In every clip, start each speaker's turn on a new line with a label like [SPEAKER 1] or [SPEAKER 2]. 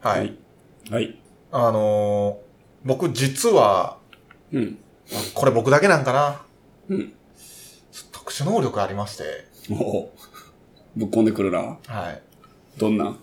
[SPEAKER 1] はい。
[SPEAKER 2] はい。
[SPEAKER 1] あのー僕実は、
[SPEAKER 2] うん。
[SPEAKER 1] まあこれ僕だけなんかな。
[SPEAKER 2] うん。
[SPEAKER 1] 特殊能力ありまして、
[SPEAKER 2] おお。ぶっこんでくるな。
[SPEAKER 1] はい。
[SPEAKER 2] どんな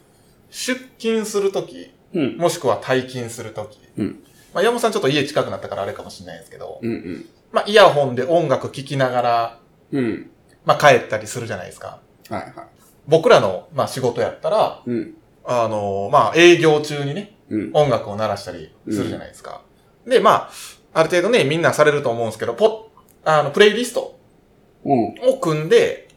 [SPEAKER 1] 出勤するとき、
[SPEAKER 2] うん。
[SPEAKER 1] もしくは退勤するとき。
[SPEAKER 2] うん
[SPEAKER 1] まあ、山本さんちょっと家近くなったからあれかもしれないですけど、
[SPEAKER 2] うん
[SPEAKER 1] まあ、イヤホンで音楽聴きながら、
[SPEAKER 2] うん。うん。
[SPEAKER 1] まあ、帰ったりするじゃないですか。
[SPEAKER 2] はいは
[SPEAKER 1] 僕らの、まあ、仕事やったら、
[SPEAKER 2] い。うん。
[SPEAKER 1] あのーまあ、営業中にね、
[SPEAKER 2] うん。
[SPEAKER 1] 音楽を鳴らしたりするじゃないですか。で、まあ、ある程度ね、みんなされると思うんですけど、ポッ、あの、プレイリスト
[SPEAKER 2] うん。
[SPEAKER 1] を組んで、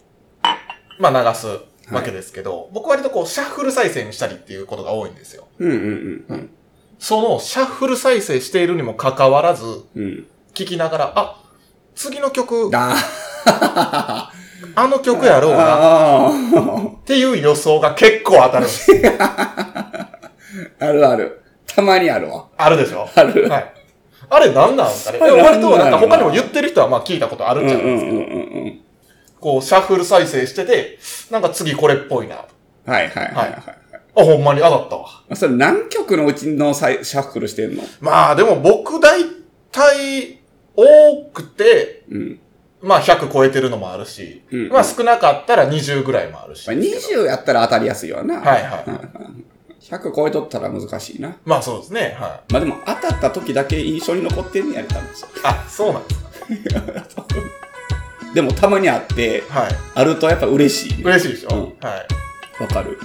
[SPEAKER 1] まあ流すわけですけど、僕割とこうシャッフル再生にしたりっていうことが多いんですよ。
[SPEAKER 2] うんうんうん。
[SPEAKER 1] そのシャッフル再生しているにもかかわらず、
[SPEAKER 2] うん。
[SPEAKER 1] 聞きながら、あ、次の曲、
[SPEAKER 2] だ
[SPEAKER 1] あの曲やろうなっ
[SPEAKER 2] あー
[SPEAKER 1] ていう予想が結構当たるんです。
[SPEAKER 2] あるある。たまにあるわ。
[SPEAKER 1] あるでしょ
[SPEAKER 2] ある。
[SPEAKER 1] はい。あれ何なんですかね
[SPEAKER 2] あれ
[SPEAKER 1] 割となんか
[SPEAKER 2] 何なんやろ
[SPEAKER 1] 他
[SPEAKER 2] な
[SPEAKER 1] にも言ってる人はまあ聞いたことあ
[SPEAKER 2] う
[SPEAKER 1] る
[SPEAKER 2] ん
[SPEAKER 1] ん
[SPEAKER 2] う
[SPEAKER 1] じ
[SPEAKER 2] ん
[SPEAKER 1] ゃな
[SPEAKER 2] う
[SPEAKER 1] い
[SPEAKER 2] ん
[SPEAKER 1] ですか。
[SPEAKER 2] うんうん。
[SPEAKER 1] こうシャッフル再生してて、なんか次これっぽいな。あ、
[SPEAKER 2] はいはいはいはい。
[SPEAKER 1] ほんまに当たったわ。
[SPEAKER 2] それ何曲のうちのさいシャッフルしてんの
[SPEAKER 1] まあでも僕大体多くて、
[SPEAKER 2] うん。
[SPEAKER 1] まあ100超えてるのもあるし、
[SPEAKER 2] うん
[SPEAKER 1] まあ少なかったら20ぐらいもあるし。
[SPEAKER 2] まあ20やったら当たりやすいよな。
[SPEAKER 1] はいはいはい
[SPEAKER 2] 100超えとったら難しいな。
[SPEAKER 1] まあそうですね。は
[SPEAKER 2] まあでも当たった時だけ印象に残ってんねやりたんですよ。
[SPEAKER 1] い。あ、そうなんですか。
[SPEAKER 2] でもたまにあって、
[SPEAKER 1] はい。
[SPEAKER 2] あるとやっぱ嬉しいね。
[SPEAKER 1] 嬉しいでしょ、
[SPEAKER 2] うん
[SPEAKER 1] はい。
[SPEAKER 2] わかる。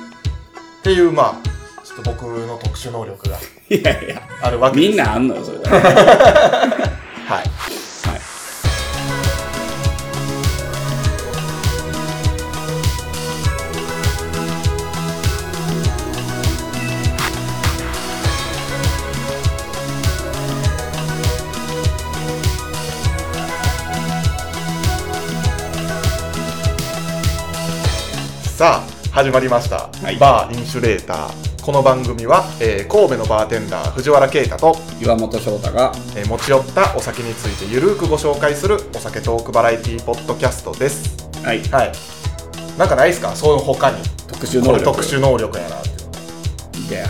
[SPEAKER 1] っていう、まあ、ちょっと僕の特殊能力が
[SPEAKER 2] いやいや、
[SPEAKER 1] あるわけです。
[SPEAKER 2] みんなあんの よ、それは。
[SPEAKER 1] はい。
[SPEAKER 2] はい。
[SPEAKER 1] さあ、始まりました。
[SPEAKER 2] はい
[SPEAKER 1] バーインシュレーター。この番組は、えー神戸のバーテンダー藤原啓太と、
[SPEAKER 2] 岩本翔太が、
[SPEAKER 1] えー持ち寄ったお酒についてゆるーくご紹介するお酒トークバラエティポッドキャストです。
[SPEAKER 2] はい、
[SPEAKER 1] はい。なんかないですかそういう他に。
[SPEAKER 2] 特殊能
[SPEAKER 1] これ
[SPEAKER 2] 力。
[SPEAKER 1] 特殊能力やなっていうのが
[SPEAKER 2] いや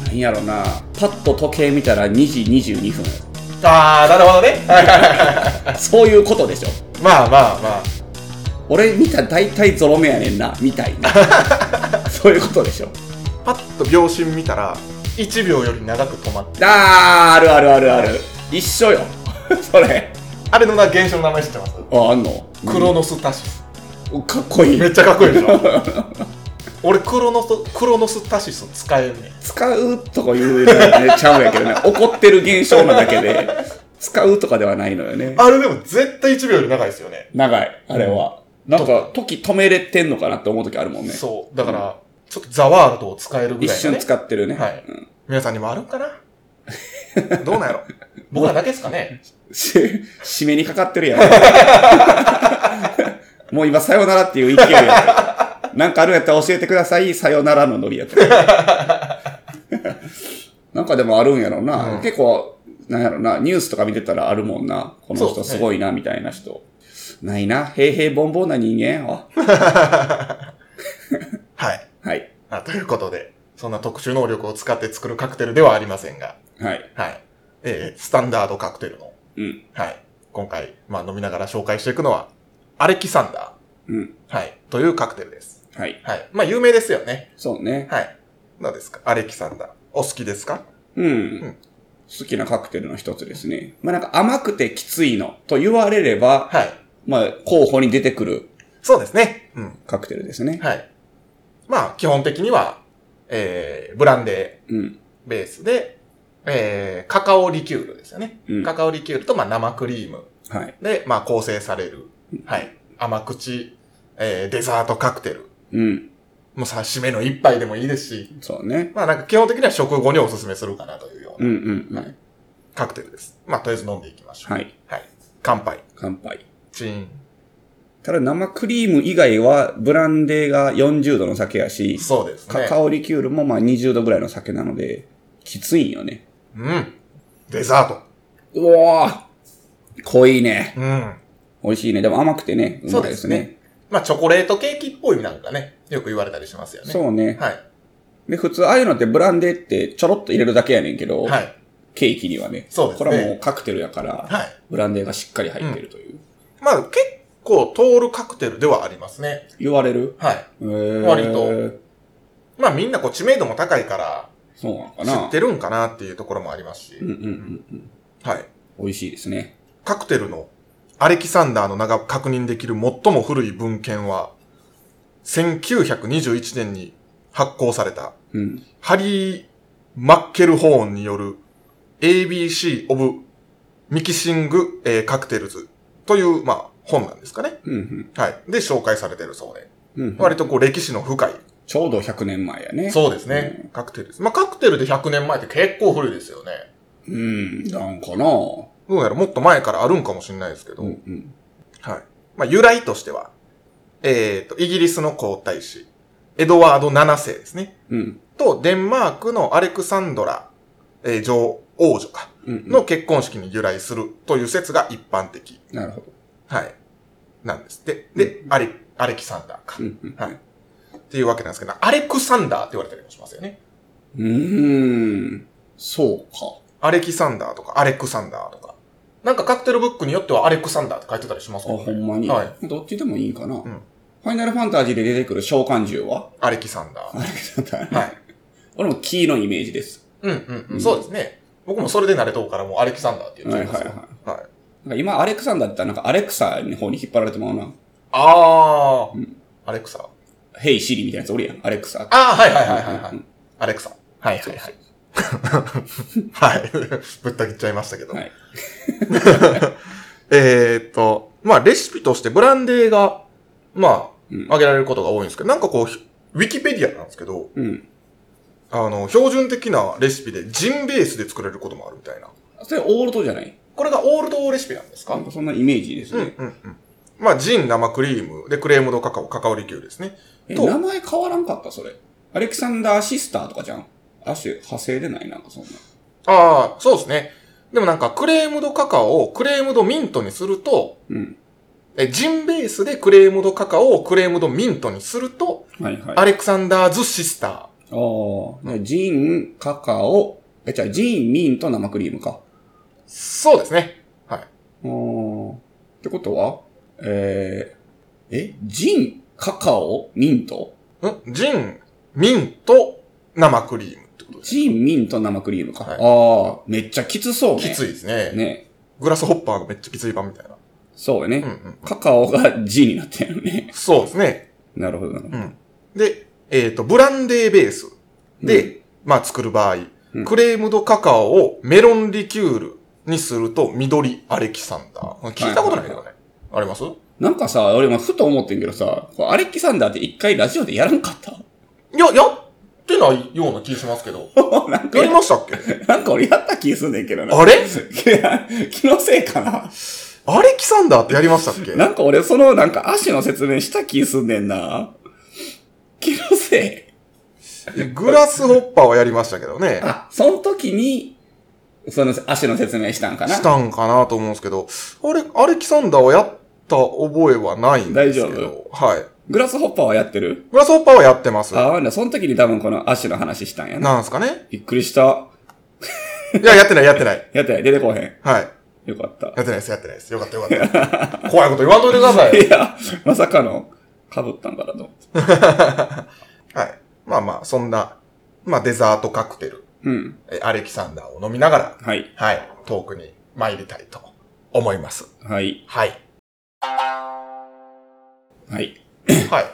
[SPEAKER 2] ー、なんやろな。パッと時計見たら2時22分。
[SPEAKER 1] ああ、なるほどね。はいはいはい
[SPEAKER 2] そういうことでしょ。
[SPEAKER 1] まあまあまあ。
[SPEAKER 2] 俺見たら大体ゾロ目やねんな、みたい な。そういうことでしょ。
[SPEAKER 1] パッと秒針見たら、1秒より長く止まって。
[SPEAKER 2] あー、あるあるあるある。一緒よ。それ。
[SPEAKER 1] あれのな、現象の名前知ってます
[SPEAKER 2] あ、あんの
[SPEAKER 1] クロノスタシス。
[SPEAKER 2] かっこいい
[SPEAKER 1] め。っちゃかっこいいでしょ 俺クロノス、クロノスタシス使えんねん。
[SPEAKER 2] 使うとか言うのはね、ちゃうんやけ どね。怒ってる現象なだけで、使うとかではないのよね。
[SPEAKER 1] あれでも絶対1秒より長いですよね。
[SPEAKER 2] 長い、あれは。なんか、時止めれてんのかなって思う時あるもんね。
[SPEAKER 1] そう。だから、ちょっとザワールドを使えるぐ
[SPEAKER 2] 一
[SPEAKER 1] らいの、
[SPEAKER 2] 瞬
[SPEAKER 1] ね。
[SPEAKER 2] 使ってるね。
[SPEAKER 1] はい皆さんにもあるんかな どうなんやろ僕らだけですかね
[SPEAKER 2] し、締めにかかってるや ん。もう今、さよならっていう勢いやんなんかあるんやったら教えてください。さよならのノリやった。 なんかでもあるんやろな。
[SPEAKER 1] うん
[SPEAKER 2] 結構、なんやろな。ニュースとか見てたらあるもんな。この
[SPEAKER 1] そう
[SPEAKER 2] 人
[SPEAKER 1] ですね
[SPEAKER 2] すごいな、みたいな人。ないな。平平凡凡な人間やわ。
[SPEAKER 1] はい
[SPEAKER 2] はい。
[SPEAKER 1] あ。ということで、そんな特殊能力を使って作るカクテルではありませんが、
[SPEAKER 2] はい。
[SPEAKER 1] はい。えー、スタンダードカクテルの、
[SPEAKER 2] うん。
[SPEAKER 1] はい。今回、まあ飲みながら紹介していくのは、アレキサンダ
[SPEAKER 2] うん。
[SPEAKER 1] ー。はい。というカクテルです。
[SPEAKER 2] はい。
[SPEAKER 1] はい。まあ有名ですよね。
[SPEAKER 2] そうね。
[SPEAKER 1] はい。どうですかアレキサンダー。お好きですか
[SPEAKER 2] うん。
[SPEAKER 1] ん
[SPEAKER 2] 好きなカクテルの一つですね。まあなんか甘くてきついのと言われれば、
[SPEAKER 1] はい。
[SPEAKER 2] まあ候補に出てくる
[SPEAKER 1] そうですね。うん。
[SPEAKER 2] カクテルですね。
[SPEAKER 1] はい。まあ基本的には、えー、ブランデ
[SPEAKER 2] うん。
[SPEAKER 1] ーベースで、えー、カカオリキュールですよね。
[SPEAKER 2] うん
[SPEAKER 1] カカオリキュールと、まあ生クリーム
[SPEAKER 2] はい。
[SPEAKER 1] で、まあ構成される。はい。甘口、えー、デザートカクテル。
[SPEAKER 2] うん。
[SPEAKER 1] もうさ、締めの一杯でもいいですし、
[SPEAKER 2] そうね。
[SPEAKER 1] まあなんか基本的には食後におすすめするかなというよう
[SPEAKER 2] う
[SPEAKER 1] なん
[SPEAKER 2] うんうん。
[SPEAKER 1] カクテルです。まあとりあえず飲んでいきましょう。
[SPEAKER 2] はい。
[SPEAKER 1] はい。乾杯。
[SPEAKER 2] 乾杯。
[SPEAKER 1] チーン。
[SPEAKER 2] ただ生クリーム以外はブランデーが40度の酒やし、
[SPEAKER 1] そうですね。
[SPEAKER 2] カカオリキュールもまあ20度ぐらいの酒なので、きついんよね。
[SPEAKER 1] うん。デザート。
[SPEAKER 2] うわぁ濃いね。
[SPEAKER 1] うん。
[SPEAKER 2] 美味しいね。でも甘くてね、うまいですね。
[SPEAKER 1] まあチョコレートケーキっぽいなんかね、よく言われたりしますよね。
[SPEAKER 2] そうね。
[SPEAKER 1] はい。
[SPEAKER 2] で、普通、ああいうのってブランデーってちょろっと入れるだけやねんけど、
[SPEAKER 1] はい。
[SPEAKER 2] ケーキにはね。
[SPEAKER 1] そうですね
[SPEAKER 2] これはもうカクテルやから、
[SPEAKER 1] はい。
[SPEAKER 2] ブランデーがしっかり入ってるという。
[SPEAKER 1] まあ、結構通るカクテルではありますね。
[SPEAKER 2] 言われる
[SPEAKER 1] はい。
[SPEAKER 2] えー
[SPEAKER 1] 割と。まあ、みんなこう知名度も高いから、
[SPEAKER 2] そうなのか
[SPEAKER 1] 知
[SPEAKER 2] な
[SPEAKER 1] ってるんかなっていうところもありますし
[SPEAKER 2] うん。うんうんうん。
[SPEAKER 1] はい。
[SPEAKER 2] 美味しいですね。
[SPEAKER 1] カクテルのアレキサンダーの名が確認できる最も古い文献は、1921年に発行された、
[SPEAKER 2] うん。
[SPEAKER 1] ハリー・マッケルホーンによる ABC of ミキシング、えーカクテルズという、まあ、本なんですかね。
[SPEAKER 2] うんうん
[SPEAKER 1] はい。で、紹介されてるそうで。
[SPEAKER 2] うんうん。
[SPEAKER 1] 割とこう、歴史の深い。
[SPEAKER 2] ちょうど100年前やね。
[SPEAKER 1] そうですね。カクテルです。まあ、カクテルで100年前って結構古いですよね。
[SPEAKER 2] うん。なんかな
[SPEAKER 1] どうやらもっと前からあるんかもしれないですけど。
[SPEAKER 2] うんうん。
[SPEAKER 1] はい。まあ、由来としては、えっ、と、イギリスの皇太子、エドワード7世ですね。
[SPEAKER 2] うん。
[SPEAKER 1] と、デンマークのアレクサンドラ、えー女王女か、
[SPEAKER 2] うんうん。
[SPEAKER 1] の結婚式に由来するという説が一般的。
[SPEAKER 2] なるほど。
[SPEAKER 1] はい。なんですって。で、アレ、アレキサンダーか
[SPEAKER 2] う。んうん。
[SPEAKER 1] はい。っていうわけなんですけど、アレクサンダーって言われたりもしますよね。
[SPEAKER 2] うーん。そうか。
[SPEAKER 1] アレキサンダーとか、アレクサンダーとか。なんかカクテルブックによってはアレクサンダーって書いてたりしま
[SPEAKER 2] あ、
[SPEAKER 1] すもん
[SPEAKER 2] ほ
[SPEAKER 1] ね。
[SPEAKER 2] んまに。
[SPEAKER 1] は
[SPEAKER 2] どっちでもいいんかな。
[SPEAKER 1] ん
[SPEAKER 2] ファイナルファンタジーで出てくる召喚獣は
[SPEAKER 1] アレキサンダー。
[SPEAKER 2] あれだね。
[SPEAKER 1] はい。
[SPEAKER 2] 俺も黄色いイメージです。
[SPEAKER 1] うんうん、う、
[SPEAKER 2] うんん
[SPEAKER 1] そうですね。僕もそれで慣れとうからもうアレキサンダーって言っ
[SPEAKER 2] は
[SPEAKER 1] ち
[SPEAKER 2] い
[SPEAKER 1] ゃ
[SPEAKER 2] はいい
[SPEAKER 1] ます
[SPEAKER 2] は
[SPEAKER 1] よ。。はい。
[SPEAKER 2] いなんか今、アレクサンダーって言ったら、なんかアレクサの方に引っ張られてもらうな。
[SPEAKER 1] あー、
[SPEAKER 2] うん
[SPEAKER 1] アレクサ。
[SPEAKER 2] ヘイシリみたいなやつおるやん。アレクサ。
[SPEAKER 1] あー、はいはいはいはい、は
[SPEAKER 2] うんう
[SPEAKER 1] い
[SPEAKER 2] ん。
[SPEAKER 1] アレクサ。はい
[SPEAKER 2] そうそう。
[SPEAKER 1] はい。はい。ぶった切っちゃいましたけど。
[SPEAKER 2] はい
[SPEAKER 1] えーっと、まあレシピとしてブランデーが、ま
[SPEAKER 2] うん
[SPEAKER 1] あ、あげられることが多いんですけど、なんかこう、ひウィキペディアなんですけど、
[SPEAKER 2] うん。
[SPEAKER 1] あの、標準的なレシピでジンベースで作れることもあるみたいな。
[SPEAKER 2] それオールドじゃない
[SPEAKER 1] これがオールドレシピなんですか
[SPEAKER 2] なんかそんなイメージです
[SPEAKER 1] うんう
[SPEAKER 2] ね。
[SPEAKER 1] んうん。まあ、ジン、生クリーム、で、クレームドカカオ、カカオリキュールですね。
[SPEAKER 2] え、
[SPEAKER 1] と
[SPEAKER 2] 名前変わらんかったそれ。アレクサンダーシスターとかじゃん。アシュ、派生でないなんかそんな。
[SPEAKER 1] ああ、そうですね。でもなんか、クレームドカカオをクレームドミントにすると、
[SPEAKER 2] うん。
[SPEAKER 1] え、ジンベースでクレームドカカオをクレームドミントにすると、
[SPEAKER 2] はいはい。
[SPEAKER 1] アレクサンダーズシスタ
[SPEAKER 2] ああ、ジン、カカオ、え、じゃあジン、ミンと生クリームか。
[SPEAKER 1] ー。そうですね。はい。
[SPEAKER 2] ああ。ってことは、えー、え、ジン、カカオ、ミント
[SPEAKER 1] んジン、ミント、生クリームってことです。
[SPEAKER 2] ジン、ミント、生クリームか。
[SPEAKER 1] はい
[SPEAKER 2] ああ、めっちゃきつそうね。
[SPEAKER 1] きついですね。
[SPEAKER 2] ね。
[SPEAKER 1] グラスホッパーがめっちゃきつい版みたいな。
[SPEAKER 2] そうよね。
[SPEAKER 1] うんうん。
[SPEAKER 2] カカオが G になってるよね。
[SPEAKER 1] そうですね。
[SPEAKER 2] なるほど、なるほど。
[SPEAKER 1] で、えっ、と、ブランデーベースで、まあ作る場合、
[SPEAKER 2] うん
[SPEAKER 1] クレームドカカオをメロンリキュールにすると緑アレキサンダー。聞いたことないけどね。ありますい
[SPEAKER 2] なんかさ、俺もふと思ってんけどさ、これアレキサンダーって一回ラジオでやらんかった
[SPEAKER 1] や、やってないような気しますけど。
[SPEAKER 2] なんか
[SPEAKER 1] やり、ましたっけ
[SPEAKER 2] なんか俺やった気すんねんけどな。
[SPEAKER 1] あれ
[SPEAKER 2] いや気のせいかな。
[SPEAKER 1] アレキサンダーってやりましたっけ
[SPEAKER 2] なんか俺、その、なんか足の説明した気すんねんな。気のせい。
[SPEAKER 1] グラスホッパーはやりましたけどね。
[SPEAKER 2] あ、その時に、その足の説明したんかな。
[SPEAKER 1] したんかなと思うんですけど、あれ、アレキサンダーはやった覚えはないんですけど。
[SPEAKER 2] 大丈
[SPEAKER 1] はい。
[SPEAKER 2] グラスホッパーはやってる
[SPEAKER 1] グラスホッパーはやってます。
[SPEAKER 2] ああ、その時に多分この足の話したんやな。
[SPEAKER 1] なんすかね
[SPEAKER 2] びっくりした。
[SPEAKER 1] いや、やってない、やってない。
[SPEAKER 2] やってない、出てこうへん。
[SPEAKER 1] はい。
[SPEAKER 2] よかった。
[SPEAKER 1] やってないです、やってないです。よかった、よかった。怖いこと言わんといてください。
[SPEAKER 2] いや、まさかの、被ったんかなと。
[SPEAKER 1] はい。まあまあ、そんな、まあ、デザートカクテル、
[SPEAKER 2] うん。
[SPEAKER 1] えアレキサンダーを飲みながら、
[SPEAKER 2] はい。
[SPEAKER 1] はい、トークに参りたいと思います。
[SPEAKER 2] はい。
[SPEAKER 1] はい。
[SPEAKER 2] はい。
[SPEAKER 1] はい。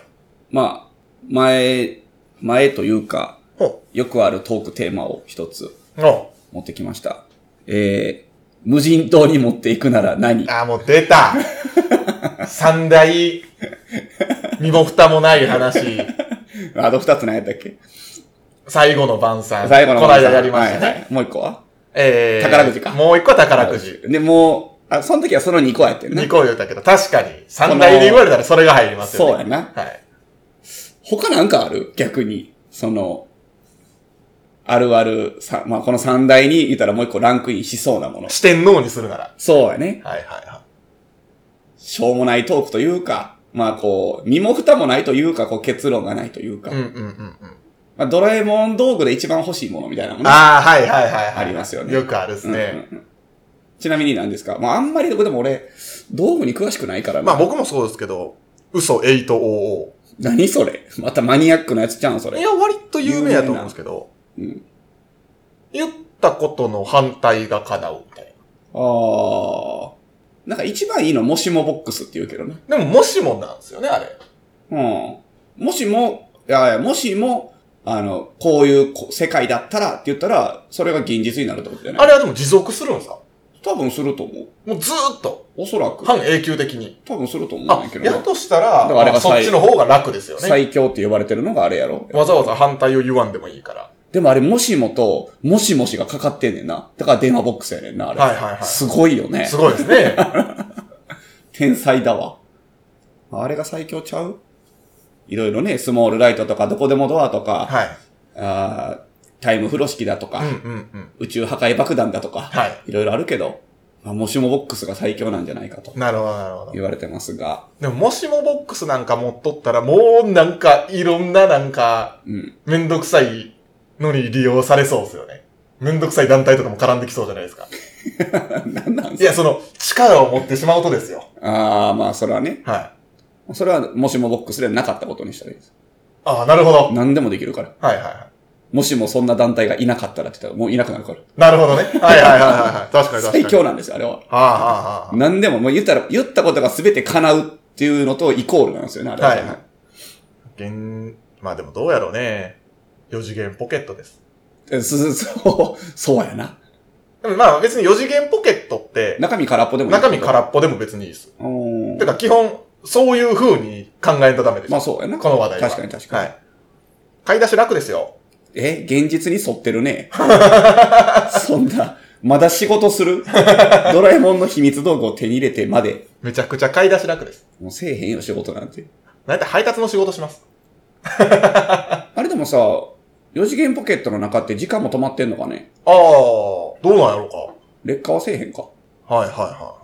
[SPEAKER 2] まあ、前、前というか、
[SPEAKER 1] ほ
[SPEAKER 2] よくあるトークテーマを一つ
[SPEAKER 1] う。お
[SPEAKER 2] 持ってきました。えー、無人島に持っていくなら 何
[SPEAKER 1] あー、もう出 た三大、身も蓋もない話。
[SPEAKER 2] あと二つ何やったっけ
[SPEAKER 1] 最後の晩餐。
[SPEAKER 2] 最後の
[SPEAKER 1] この間やりましたね。
[SPEAKER 2] はいはいもう一個は
[SPEAKER 1] えー、
[SPEAKER 2] 宝くじか
[SPEAKER 1] もう一個は宝くじ。
[SPEAKER 2] で、もう、あ、その時はその二個やってんな
[SPEAKER 1] 二。個言ったけど、確かに、三大で言われたらそれが入りますよね。
[SPEAKER 2] そうやな。
[SPEAKER 1] はい。
[SPEAKER 2] 他なんかある逆に。その、あるある、さ、まあ、この三大に言ったらもう一個ランクインしそうなもの。
[SPEAKER 1] 四天王にするなら。
[SPEAKER 2] そうやね。
[SPEAKER 1] はいはいはい。
[SPEAKER 2] しょうもないトークというか、まあこう、身も蓋もないというか、こう結論がないというか、
[SPEAKER 1] うんうんうんうん。
[SPEAKER 2] まあ、ドラえもん道具で一番欲しいものみたいなもの、ね、
[SPEAKER 1] ああ、はいはいはい、はい。
[SPEAKER 2] ありますよね
[SPEAKER 1] よくあるですね。
[SPEAKER 2] うんうんうんちなみに何ですかまあ、あんまり、でも俺、道具に詳しくないからな
[SPEAKER 1] まあ僕もそうですけど、嘘 8OO。
[SPEAKER 2] 何それまたマニアックなやつちゃうんそれ
[SPEAKER 1] い。や、割と有名やと思うんですけど、
[SPEAKER 2] うん。
[SPEAKER 1] 言ったことの反対が叶うみたい
[SPEAKER 2] ああ。なんか一番いいのもしもボックスって言うけどね。
[SPEAKER 1] な。でも、もしもなんですよね、あれ。
[SPEAKER 2] うん。もしも、いやいや、もしも、あの、こういうこ世界だったらって言ったら、それが現実になるってことじゃない
[SPEAKER 1] あれはでも持続するんさ。
[SPEAKER 2] 多分すると思う。
[SPEAKER 1] もうずーっと、
[SPEAKER 2] おそらく。
[SPEAKER 1] 半永久的に。
[SPEAKER 2] 多分すると思うん
[SPEAKER 1] あ
[SPEAKER 2] だけ、どね
[SPEAKER 1] やとした
[SPEAKER 2] だ
[SPEAKER 1] ら、
[SPEAKER 2] からあれが
[SPEAKER 1] まあそっ
[SPEAKER 2] 最
[SPEAKER 1] ちの方が楽ですよね。
[SPEAKER 2] 最強って呼ばれてるのがあれやろ。
[SPEAKER 1] わざわざ反対を言わんでもいいから。
[SPEAKER 2] でもあれ、もしもと、もしもしがかかってんねんな。だから電話ボックスやねんな、あれ。
[SPEAKER 1] はいはいはい
[SPEAKER 2] すごいよね
[SPEAKER 1] す。ごいですね。
[SPEAKER 2] 天才だわ。あれが最強ちゃういろいろね、スモールライトとか、どこでもドアとか、
[SPEAKER 1] はい。
[SPEAKER 2] あータイム風呂敷だとか、
[SPEAKER 1] うんうんうん。
[SPEAKER 2] 宇宙破壊爆弾だとか、、
[SPEAKER 1] はい
[SPEAKER 2] ろいろあるけど、まあ、もしもボックスが最強なんじゃないかと
[SPEAKER 1] なるほどなるほど。
[SPEAKER 2] 言われてますが、
[SPEAKER 1] でも、もしもボックスなんか持っとったら、もうなんか、いろんななんか、
[SPEAKER 2] うん。
[SPEAKER 1] めんどくさいのに利用されそうですよね。めんどくさい団体とかも絡んできそうじゃないですか。
[SPEAKER 2] なんなん
[SPEAKER 1] いや、その、力を持ってしまうとですよ。
[SPEAKER 2] ああ、まあそれはね、
[SPEAKER 1] はい。
[SPEAKER 2] それはもしもボックスでなかったことにしたらいいです。
[SPEAKER 1] ああ、なるほど。
[SPEAKER 2] 何でもできるから。
[SPEAKER 1] はいはいは
[SPEAKER 2] もしもそんな団体がいなかったらって言ったらもういなくなるから。
[SPEAKER 1] い。なるほどね。はいはいはいはい はい。確かに確かに。
[SPEAKER 2] 最強なんですよ、あれは。
[SPEAKER 1] ああ、ああ、あ
[SPEAKER 2] 何でも、もう言ったら、言ったことが全て叶うっていうのとイコールなんですよね、あれ
[SPEAKER 1] あ。
[SPEAKER 2] は。
[SPEAKER 1] はいはい。現、まあでもどうやろうね。4次元ポケットです。
[SPEAKER 2] えすそう、そうやな。
[SPEAKER 1] でもまあ別に4次元ポケットって、
[SPEAKER 2] 中身空っぽでもいい
[SPEAKER 1] 中身空っぽでも別にいいです。
[SPEAKER 2] うん
[SPEAKER 1] てか基本、そういう風に考えんとダメです。
[SPEAKER 2] まあそうやな。
[SPEAKER 1] この話題は。
[SPEAKER 2] 確かに確かに。
[SPEAKER 1] はい。買い出し楽ですよ。
[SPEAKER 2] え、現実に沿ってるね。 そんな、まだ仕事 するドラえもんの秘密道具を手に入れてまで、
[SPEAKER 1] めちゃくちゃ買い出し楽です。
[SPEAKER 2] もうせえへんよ、仕事なんて。
[SPEAKER 1] なんて配達の仕事します。
[SPEAKER 2] あれでもさ、4次元ポケットの中って時間も止まってんのかね
[SPEAKER 1] ああ、どうなんやろ
[SPEAKER 2] 劣化はせえへんか。
[SPEAKER 1] うか。はいはいは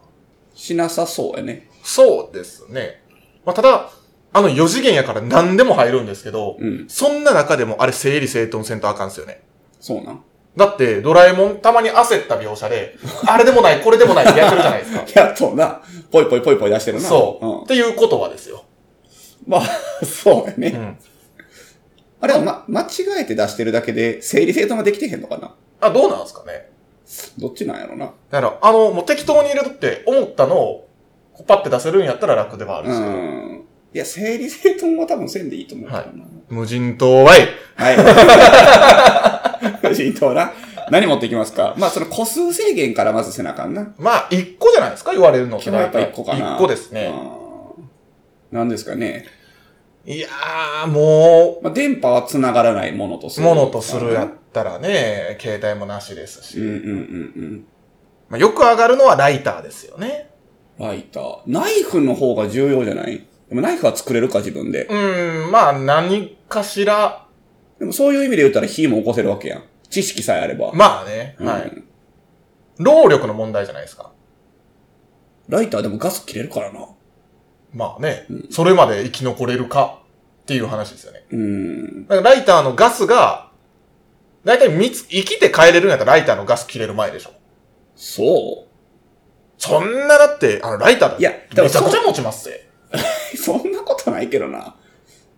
[SPEAKER 2] しなさそうやね
[SPEAKER 1] い。。そうですね。まあ、ただ、あの4次元やから何でも入るんですけど、
[SPEAKER 2] うん。
[SPEAKER 1] そんな中でもあれ整理整頓せんとあかんっすよね。
[SPEAKER 2] そうなん。。
[SPEAKER 1] だって、ドラえもんたまに焦った描写 で、あれでもない、これでもないってやってるじゃないですか
[SPEAKER 2] やっとな、ぽいぽいぽいぽい出してるな。
[SPEAKER 1] そう、っていうことはですよ。
[SPEAKER 2] うん。まあ、 そうや
[SPEAKER 1] う
[SPEAKER 2] ね。
[SPEAKER 1] ん。
[SPEAKER 2] あれはま、間違えて出してるだけで、整理整頓ができてへんのかな
[SPEAKER 1] あ、どうなんですかね。
[SPEAKER 2] どっちなんやろな。
[SPEAKER 1] だから、あの、もう適当に入れるって思ったのを、こうパッて出せるんやったら楽ではあるんですけど。
[SPEAKER 2] うん。いや、整理整頓は多分せんでいいと思うけどな。
[SPEAKER 1] 無人島はい。
[SPEAKER 2] はい。無人島な。何持っていきますかまあ、その個数制限からまずせなあかんな。
[SPEAKER 1] まあ、一個じゃないですか言われるのっ
[SPEAKER 2] 基
[SPEAKER 1] て
[SPEAKER 2] 本や
[SPEAKER 1] 大
[SPEAKER 2] っぱ
[SPEAKER 1] 体。
[SPEAKER 2] 一個かな。
[SPEAKER 1] 一個ですね。
[SPEAKER 2] うん。何ですかね。
[SPEAKER 1] いやー、も
[SPEAKER 2] まあ、電波は繋がらないものとす
[SPEAKER 1] う、
[SPEAKER 2] る。
[SPEAKER 1] ものとするや
[SPEAKER 2] う
[SPEAKER 1] っ
[SPEAKER 2] ん
[SPEAKER 1] たらね、携帯もなしです
[SPEAKER 2] うん
[SPEAKER 1] し。
[SPEAKER 2] うん
[SPEAKER 1] まあ、よく上がるのはライターですよね。
[SPEAKER 2] うん。ライター。ナイフの方が重要じゃないでもナイフは作れるか自分で。
[SPEAKER 1] うん、まあ、何かしら、
[SPEAKER 2] でもそういう意味で言ったら火も起こせるわけやん。知識さえあれば。
[SPEAKER 1] まあね、は
[SPEAKER 2] う
[SPEAKER 1] い。
[SPEAKER 2] ん
[SPEAKER 1] 労力の問題じゃないですか。
[SPEAKER 2] ライターでもガス切れるからな。
[SPEAKER 1] まあね、それまで生き残れるかっていう話ですよね。
[SPEAKER 2] うん。
[SPEAKER 1] だからライターのガスが、だいたいみつ、生きて帰れるんやったらライターのガス切れる前でしょ。
[SPEAKER 2] そう
[SPEAKER 1] そんなだって、あの、ライターだ
[SPEAKER 2] いやでも
[SPEAKER 1] めちゃくちゃ持ちますぜ。
[SPEAKER 2] そんなことないけどな。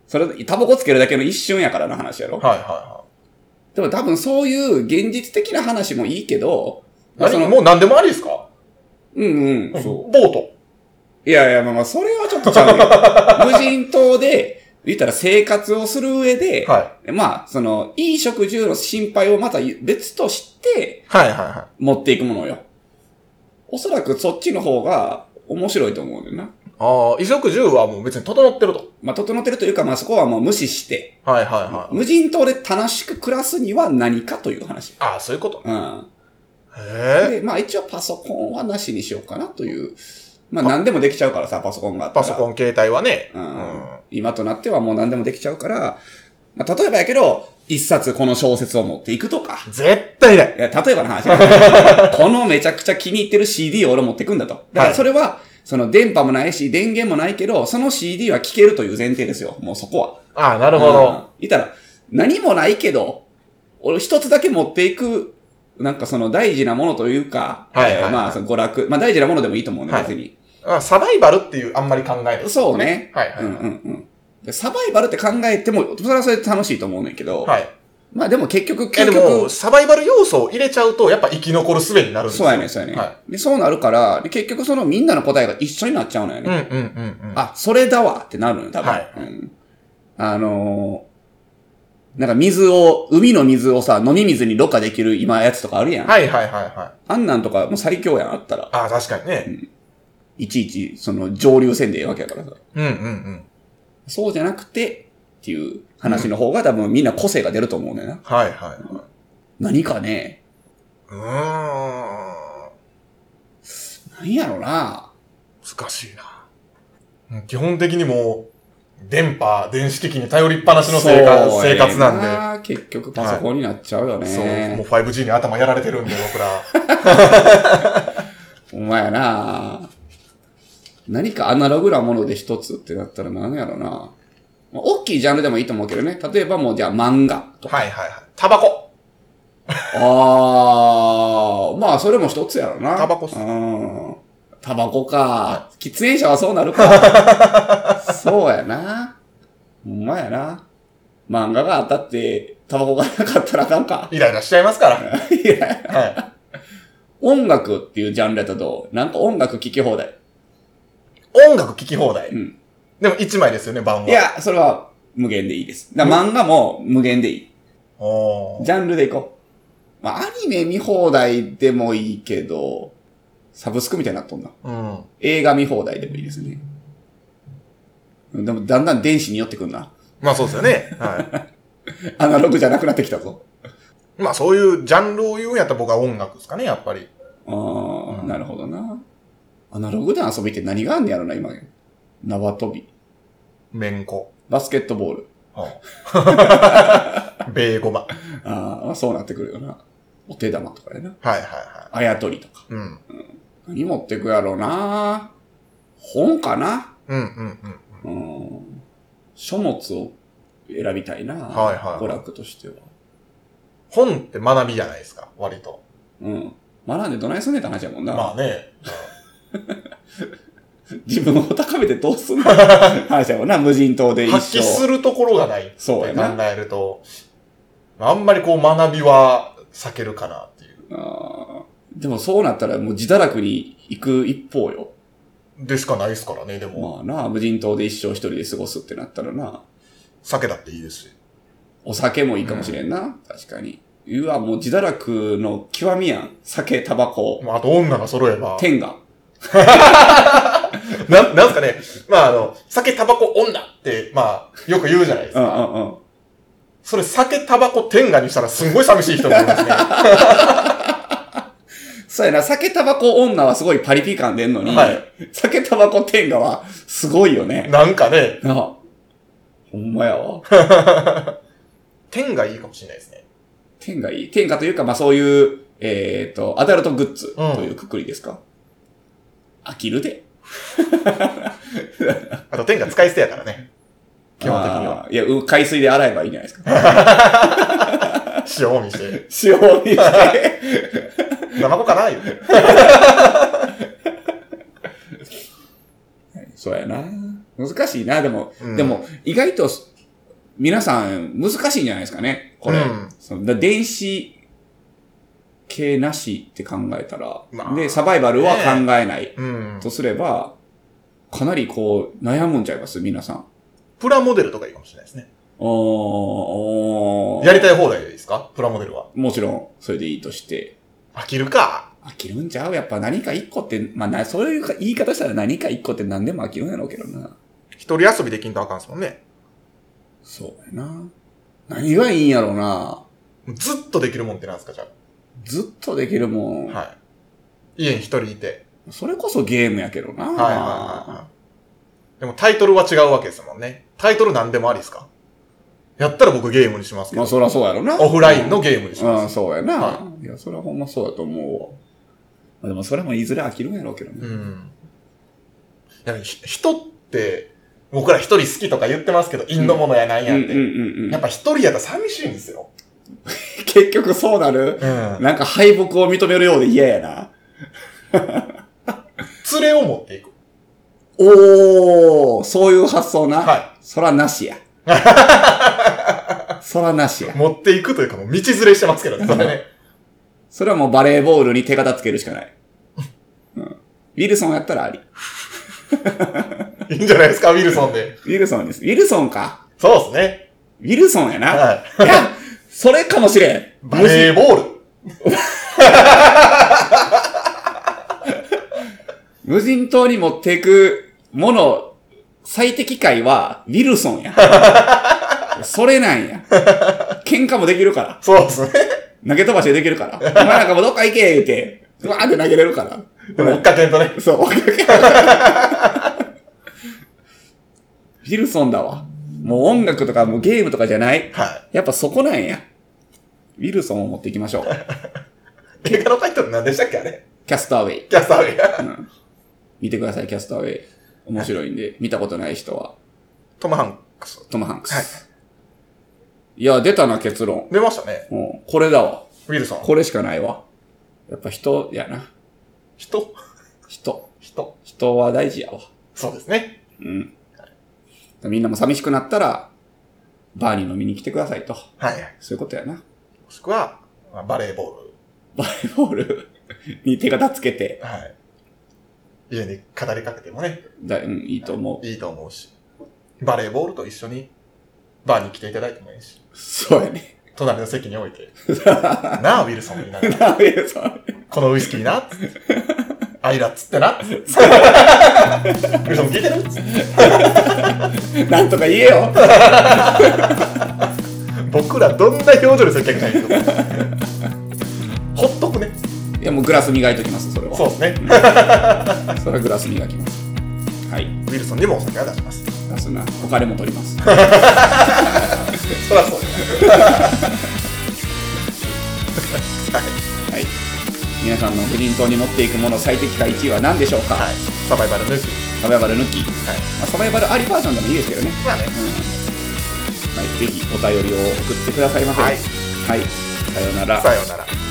[SPEAKER 2] それ、タバコつけるだけの一瞬やからな話やろ。
[SPEAKER 1] はいはいはい。
[SPEAKER 2] でも多分そういう現実的な話もいいけど、まあ
[SPEAKER 1] 何
[SPEAKER 2] その
[SPEAKER 1] もう何でもありですか
[SPEAKER 2] うんうん、そ
[SPEAKER 1] ボート。
[SPEAKER 2] う。いやいや、まあまあ、それはちょっとちゃうよ。無人島で、言ったら生活をする上で、
[SPEAKER 1] は
[SPEAKER 2] まあ、その、衣食住の心配をまた別として
[SPEAKER 1] い。はいはいは
[SPEAKER 2] 持っていくものよ。おそらくそっちの方が面白いと思うんだよな。
[SPEAKER 1] い。ああ、衣食住はもう別に整ってると。
[SPEAKER 2] まあ、整ってるというか、まあそこはもう無視して、
[SPEAKER 1] はいはいはい。
[SPEAKER 2] 無人島で楽しく暮らすには何かという話。
[SPEAKER 1] ああ、そういうこと。
[SPEAKER 2] うん。
[SPEAKER 1] へえ。
[SPEAKER 2] で、まあ一応パソコンはなしにしようかなという。まあ何でもできちゃうからさ、パソコンがあった
[SPEAKER 1] パ
[SPEAKER 2] ら。
[SPEAKER 1] ソコン、携帯はね。
[SPEAKER 2] うん。
[SPEAKER 1] は
[SPEAKER 2] 今となってはもう何でもできちゃうから、まあ例えばやけど、一冊この小説を持っていくとか。
[SPEAKER 1] い絶対ない。
[SPEAKER 2] いや、例えばの 話だねこのめちゃくちゃ気に入ってる CD を俺持ってくんだと。だからそれは、その電波もないし、電源もないけど、その CD は聴けるという前提ですよ。もうそこは。
[SPEAKER 1] ああ、なるほ
[SPEAKER 2] うん
[SPEAKER 1] ど。。
[SPEAKER 2] いたら、何もないけど、俺一つだけ持っていく、なんかその大事なものというか、
[SPEAKER 1] はいはい
[SPEAKER 2] えーまあその娯楽、まあ大事なものでもいいと思うね、
[SPEAKER 1] はい
[SPEAKER 2] 別に。
[SPEAKER 1] あサバイバルっていうあんまり考えない。
[SPEAKER 2] そうね。
[SPEAKER 1] はいは
[SPEAKER 2] う
[SPEAKER 1] い
[SPEAKER 2] ん
[SPEAKER 1] は
[SPEAKER 2] うんうんで。サバイバルって考えても、それはそれで楽しいと思うねんけど、
[SPEAKER 1] い。はい。
[SPEAKER 2] まあでも結局、
[SPEAKER 1] え、
[SPEAKER 2] 結
[SPEAKER 1] で
[SPEAKER 2] 局、
[SPEAKER 1] も、サバイバル要素を入れちゃうと、やっぱ生き残る術になるんです
[SPEAKER 2] そうやね、そうやね、
[SPEAKER 1] は
[SPEAKER 2] で。そうなるから、で結局そのみんなの答えが一緒になっちゃうのよね。
[SPEAKER 1] うんうんうんうん。
[SPEAKER 2] あ、それだわってなるのよ、多分。
[SPEAKER 1] はい
[SPEAKER 2] うん、あのーなんか水を、海の水をさ、飲み水にろ過できる今やつとかあるやん。
[SPEAKER 1] はいはいはいはい。
[SPEAKER 2] あんなんとかもう最強やん、あったら。
[SPEAKER 1] ああ、確かにね。
[SPEAKER 2] いちいち、その上流せんでええわけやからさ。
[SPEAKER 1] うんうんうん。
[SPEAKER 2] そうじゃなくて、っていう話の方が多分みんな個性が出ると思うねんな。
[SPEAKER 1] はいはい。
[SPEAKER 2] 何かね、
[SPEAKER 1] うーん。
[SPEAKER 2] 何やろな。
[SPEAKER 1] 難しいな。うん基本的にもう、電波、電子機器に頼りっぱなしの生活
[SPEAKER 2] そうやね
[SPEAKER 1] 生活なんで。
[SPEAKER 2] んで。結局パソコンになっちゃうよ
[SPEAKER 1] そう、も
[SPEAKER 2] ね
[SPEAKER 1] う。5G に頭やられてるんで、僕ら。
[SPEAKER 2] ほんまやな何かアナログなもので一つってなったら何やろなまあ大きいジャンルでもいいと思うけどね。例えばもうじゃあ漫画とか。
[SPEAKER 1] はいはいはい。タバコ。
[SPEAKER 2] ああ、まあそれも一つやろな。
[SPEAKER 1] タバコっす
[SPEAKER 2] うん。タバコか。喫煙者はそうなるか。 そうやな。ほんまやな。漫画があったって、タバコがなかったらあかんか。
[SPEAKER 1] イライラしちゃいますから。
[SPEAKER 2] いや、
[SPEAKER 1] はい。
[SPEAKER 2] 音楽っていうジャンルやったと、なんか音楽聴き放題。
[SPEAKER 1] 音楽聴き放題。
[SPEAKER 2] うん。
[SPEAKER 1] でも1枚ですよね、番はい
[SPEAKER 2] や、それは無限でいいです。だから漫画も無限でいい。
[SPEAKER 1] おー
[SPEAKER 2] ジャンルでいこう。まあ、アニメ見放題でもいいけど、サブスクみたいになっとんな。
[SPEAKER 1] うん。
[SPEAKER 2] 映画見放題でもいいですね。でも、だんだん電子に寄ってくんな。
[SPEAKER 1] まあそうですよね。は
[SPEAKER 2] アナログじゃなくなってきたぞ。
[SPEAKER 1] い。まあそういうジャンルを言うんやったら僕は音楽ですかね、やっぱり。
[SPEAKER 2] ああ、
[SPEAKER 1] うん
[SPEAKER 2] なるほどな。アナログで遊びって何があんねやろな、今。縄跳び。
[SPEAKER 1] めんこ。
[SPEAKER 2] バスケットボール。
[SPEAKER 1] はい。ベーゴマ。はい
[SPEAKER 2] ああ、そうなってくるよな。お手玉とかやな。
[SPEAKER 1] はいは
[SPEAKER 2] あやとりとか。
[SPEAKER 1] い。うん。
[SPEAKER 2] 何持ってくやろうな本かな
[SPEAKER 1] うんうんうん。
[SPEAKER 2] うん。書物を選びたいな
[SPEAKER 1] はいはい
[SPEAKER 2] 娯楽としては。
[SPEAKER 1] 本って学びじゃないですか、割と。
[SPEAKER 2] うん。学んでどないすんねんって話やもんな。
[SPEAKER 1] まあね。
[SPEAKER 2] 自分を高めてどうすんの 話やもんな。無人島で一
[SPEAKER 1] 発揮す
[SPEAKER 2] 生。
[SPEAKER 1] るところがないって
[SPEAKER 2] そう
[SPEAKER 1] 考
[SPEAKER 2] やな
[SPEAKER 1] えると、あんまりこう学びは避けるかなっていう。
[SPEAKER 2] あーでもそうなったらもう自堕落に行く一方よ。
[SPEAKER 1] でしかないですからね、でも。
[SPEAKER 2] まあな、無人島で一生一人で過ごすってなったらな。
[SPEAKER 1] 酒だっていいですし。
[SPEAKER 2] お酒もいいかもしれんな。確かに。うわ、もう自堕落の極みやん。酒、タバコ、
[SPEAKER 1] まあ、あと女が揃えば。
[SPEAKER 2] 天が。
[SPEAKER 1] な、なんすかね、まああの、酒、タバコ、女って、まあ、よく言うじゃないです
[SPEAKER 2] う
[SPEAKER 1] か。
[SPEAKER 2] んうんうん。
[SPEAKER 1] それ、酒、タバコ、天下にしたらすんごい寂しい人になり ますね。は
[SPEAKER 2] そうやな、酒、タバコ、女はすごいパリピ感出んのに、酒、タバコ、天下はすごいよ
[SPEAKER 1] い。
[SPEAKER 2] ね。
[SPEAKER 1] なんかね、
[SPEAKER 2] なあ。ほんまやわ。
[SPEAKER 1] 天がいいかもしれないですね。
[SPEAKER 2] 天下いい。天下というか、まあそういう、えっ、と、アダルトグッズというくくりですか、飽きるで。
[SPEAKER 1] あと、天下使い捨てやからね。基本的には。
[SPEAKER 2] あー。いや、う海水で洗えばいいんじゃないですか。
[SPEAKER 1] 塩を見して。
[SPEAKER 2] 塩にして。
[SPEAKER 1] ナマコかな言うて。
[SPEAKER 2] そうやな。難しいな、でも。
[SPEAKER 1] うん
[SPEAKER 2] でも、意外と、皆さん、難しいんじゃないですかね。これ。
[SPEAKER 1] うん
[SPEAKER 2] そのだ電子系なしって考えたら、
[SPEAKER 1] まあ
[SPEAKER 2] で、サバイバルは考えない
[SPEAKER 1] うん。
[SPEAKER 2] とすれば、かなりこう、悩むんちゃいます皆さん。
[SPEAKER 1] プラモデルとかいいかもしれないですね。
[SPEAKER 2] おーおー
[SPEAKER 1] やりたい放題でいいですかプラモデルは。
[SPEAKER 2] もちろん、それでいいとして。
[SPEAKER 1] 飽きるか。
[SPEAKER 2] 飽きるんちゃうやっぱ何か一個って、まあな、そういうか言い方したら何か一個って何でも飽きるんやろうけどな。
[SPEAKER 1] 一人遊びできんとあかんすもんね。
[SPEAKER 2] そうやな。何がいいんやろうな。
[SPEAKER 1] ずっとできるもんってなんですかじゃ
[SPEAKER 2] ずっとできるもん。
[SPEAKER 1] あ。はい。家に一人いて。
[SPEAKER 2] それこそゲームやけどな。
[SPEAKER 1] はいはいはいはい。でもタイトルは違うわけですもんね。タイトル何でもありですかやったら僕ゲームにしますけ
[SPEAKER 2] まあ
[SPEAKER 1] ど。
[SPEAKER 2] そらそうやろな。
[SPEAKER 1] オフラインのゲームにし
[SPEAKER 2] う
[SPEAKER 1] ま
[SPEAKER 2] ん、
[SPEAKER 1] す。
[SPEAKER 2] そうやな。、
[SPEAKER 1] はい
[SPEAKER 2] や、それはほんまそうやと思うわ。まあ、でもそれもいずれ飽きるんやろうけど
[SPEAKER 1] う
[SPEAKER 2] ね。
[SPEAKER 1] ん。いやひ人って、僕ら一人好きとか言ってますけど、インドものやなんや
[SPEAKER 2] う
[SPEAKER 1] っ
[SPEAKER 2] んうん
[SPEAKER 1] て。
[SPEAKER 2] うんう
[SPEAKER 1] や
[SPEAKER 2] ん
[SPEAKER 1] っ。ぱ一人やったら寂しいんですよ。
[SPEAKER 2] 結局そうなる
[SPEAKER 1] うん。
[SPEAKER 2] なんか敗北を認めるようで嫌やな。
[SPEAKER 1] 連れを持っていく。
[SPEAKER 2] おー、そういう発想な。
[SPEAKER 1] は
[SPEAKER 2] そらな しや。そらなしや
[SPEAKER 1] い。。持っていくというか、もう道連れしてますけどね、それね。
[SPEAKER 2] それはもうバレーボールに手形つけるしかない。うん、ウィルソンやったらあり。
[SPEAKER 1] いいんじゃないですか、ウィルソンで。
[SPEAKER 2] ウィルソンです。ウィルソンか。
[SPEAKER 1] そうですね。
[SPEAKER 2] ウィルソンやな。
[SPEAKER 1] はい
[SPEAKER 2] や、それかもしれん。
[SPEAKER 1] い。バレーボール。
[SPEAKER 2] 無人島に持っていくもの、最適解は、ウィルソン や。それなんや。喧嘩もできるから。
[SPEAKER 1] そうですね。
[SPEAKER 2] 投げ飛ばしてできるから。お前なんかもうどっか行け言うて、うわーって投げれるか ら。
[SPEAKER 1] でも、追っかけんとね。
[SPEAKER 2] そう。 ウィルソンだわ。もう音楽とかもうゲームとかじゃない。
[SPEAKER 1] は
[SPEAKER 2] やっぱそこなんや。ウィルソンを持っていきま しょう。
[SPEAKER 1] い。映画のタイトル何でしたっけ、あれ。
[SPEAKER 2] キャスターウェイ。
[SPEAKER 1] キャスターウェイ。
[SPEAKER 2] 見てください、キャスターウェイ。面白いんで、見たことない人は、
[SPEAKER 1] トム・ハンクス。
[SPEAKER 2] トム・ハンクス。
[SPEAKER 1] はい
[SPEAKER 2] いや、出たな、結論。
[SPEAKER 1] 出ましたね。
[SPEAKER 2] もう、これだわ。
[SPEAKER 1] ウィルソン。
[SPEAKER 2] これしかないわ。やっぱ人やな。
[SPEAKER 1] 人
[SPEAKER 2] 人。
[SPEAKER 1] 人。
[SPEAKER 2] 人は大事やわ。
[SPEAKER 1] そうですね。
[SPEAKER 2] うん。みんなも寂しくなったら、バーに飲みに来てくださいと。
[SPEAKER 1] はい。
[SPEAKER 2] そういうことやな。
[SPEAKER 1] もしくは、まあバレーボール。
[SPEAKER 2] バレーボールに手形つけて、
[SPEAKER 1] はい。家に語りかけてもね、
[SPEAKER 2] だうん、いいと思う。
[SPEAKER 1] いいと思うし。バレーボールと一緒に、バーに来ていただいてもいいし。
[SPEAKER 2] そうやね。
[SPEAKER 1] 隣の席に置い て。なあ、ウィルソンになる。
[SPEAKER 2] ダメよ、それ
[SPEAKER 1] このウイスキーな。つってアイラっつってな。つってウィルソン聞いてるつって
[SPEAKER 2] なんとか言えよ。
[SPEAKER 1] 僕らどんな表情で接客ないんですかほっとくね。
[SPEAKER 2] いや、もうグラス磨いときます、それは。
[SPEAKER 1] そうですね。
[SPEAKER 2] それはグラス磨きます。はい。
[SPEAKER 1] ウィルソンにもお酒は出します。
[SPEAKER 2] 出すな。お金も取ります。
[SPEAKER 1] そらそうです。
[SPEAKER 2] はい。皆さんの無人島に持っていくもの最適化1位は何でしょうか、
[SPEAKER 1] はい。サバイバル抜き。
[SPEAKER 2] サバイバル抜き。
[SPEAKER 1] はい。
[SPEAKER 2] まあ、サバイバルありバージョンでもいいですけどね。
[SPEAKER 1] まあね。
[SPEAKER 2] はい。ぜひお便りを送ってくださいませ。
[SPEAKER 1] はい
[SPEAKER 2] はい。さようなら。
[SPEAKER 1] さようなら。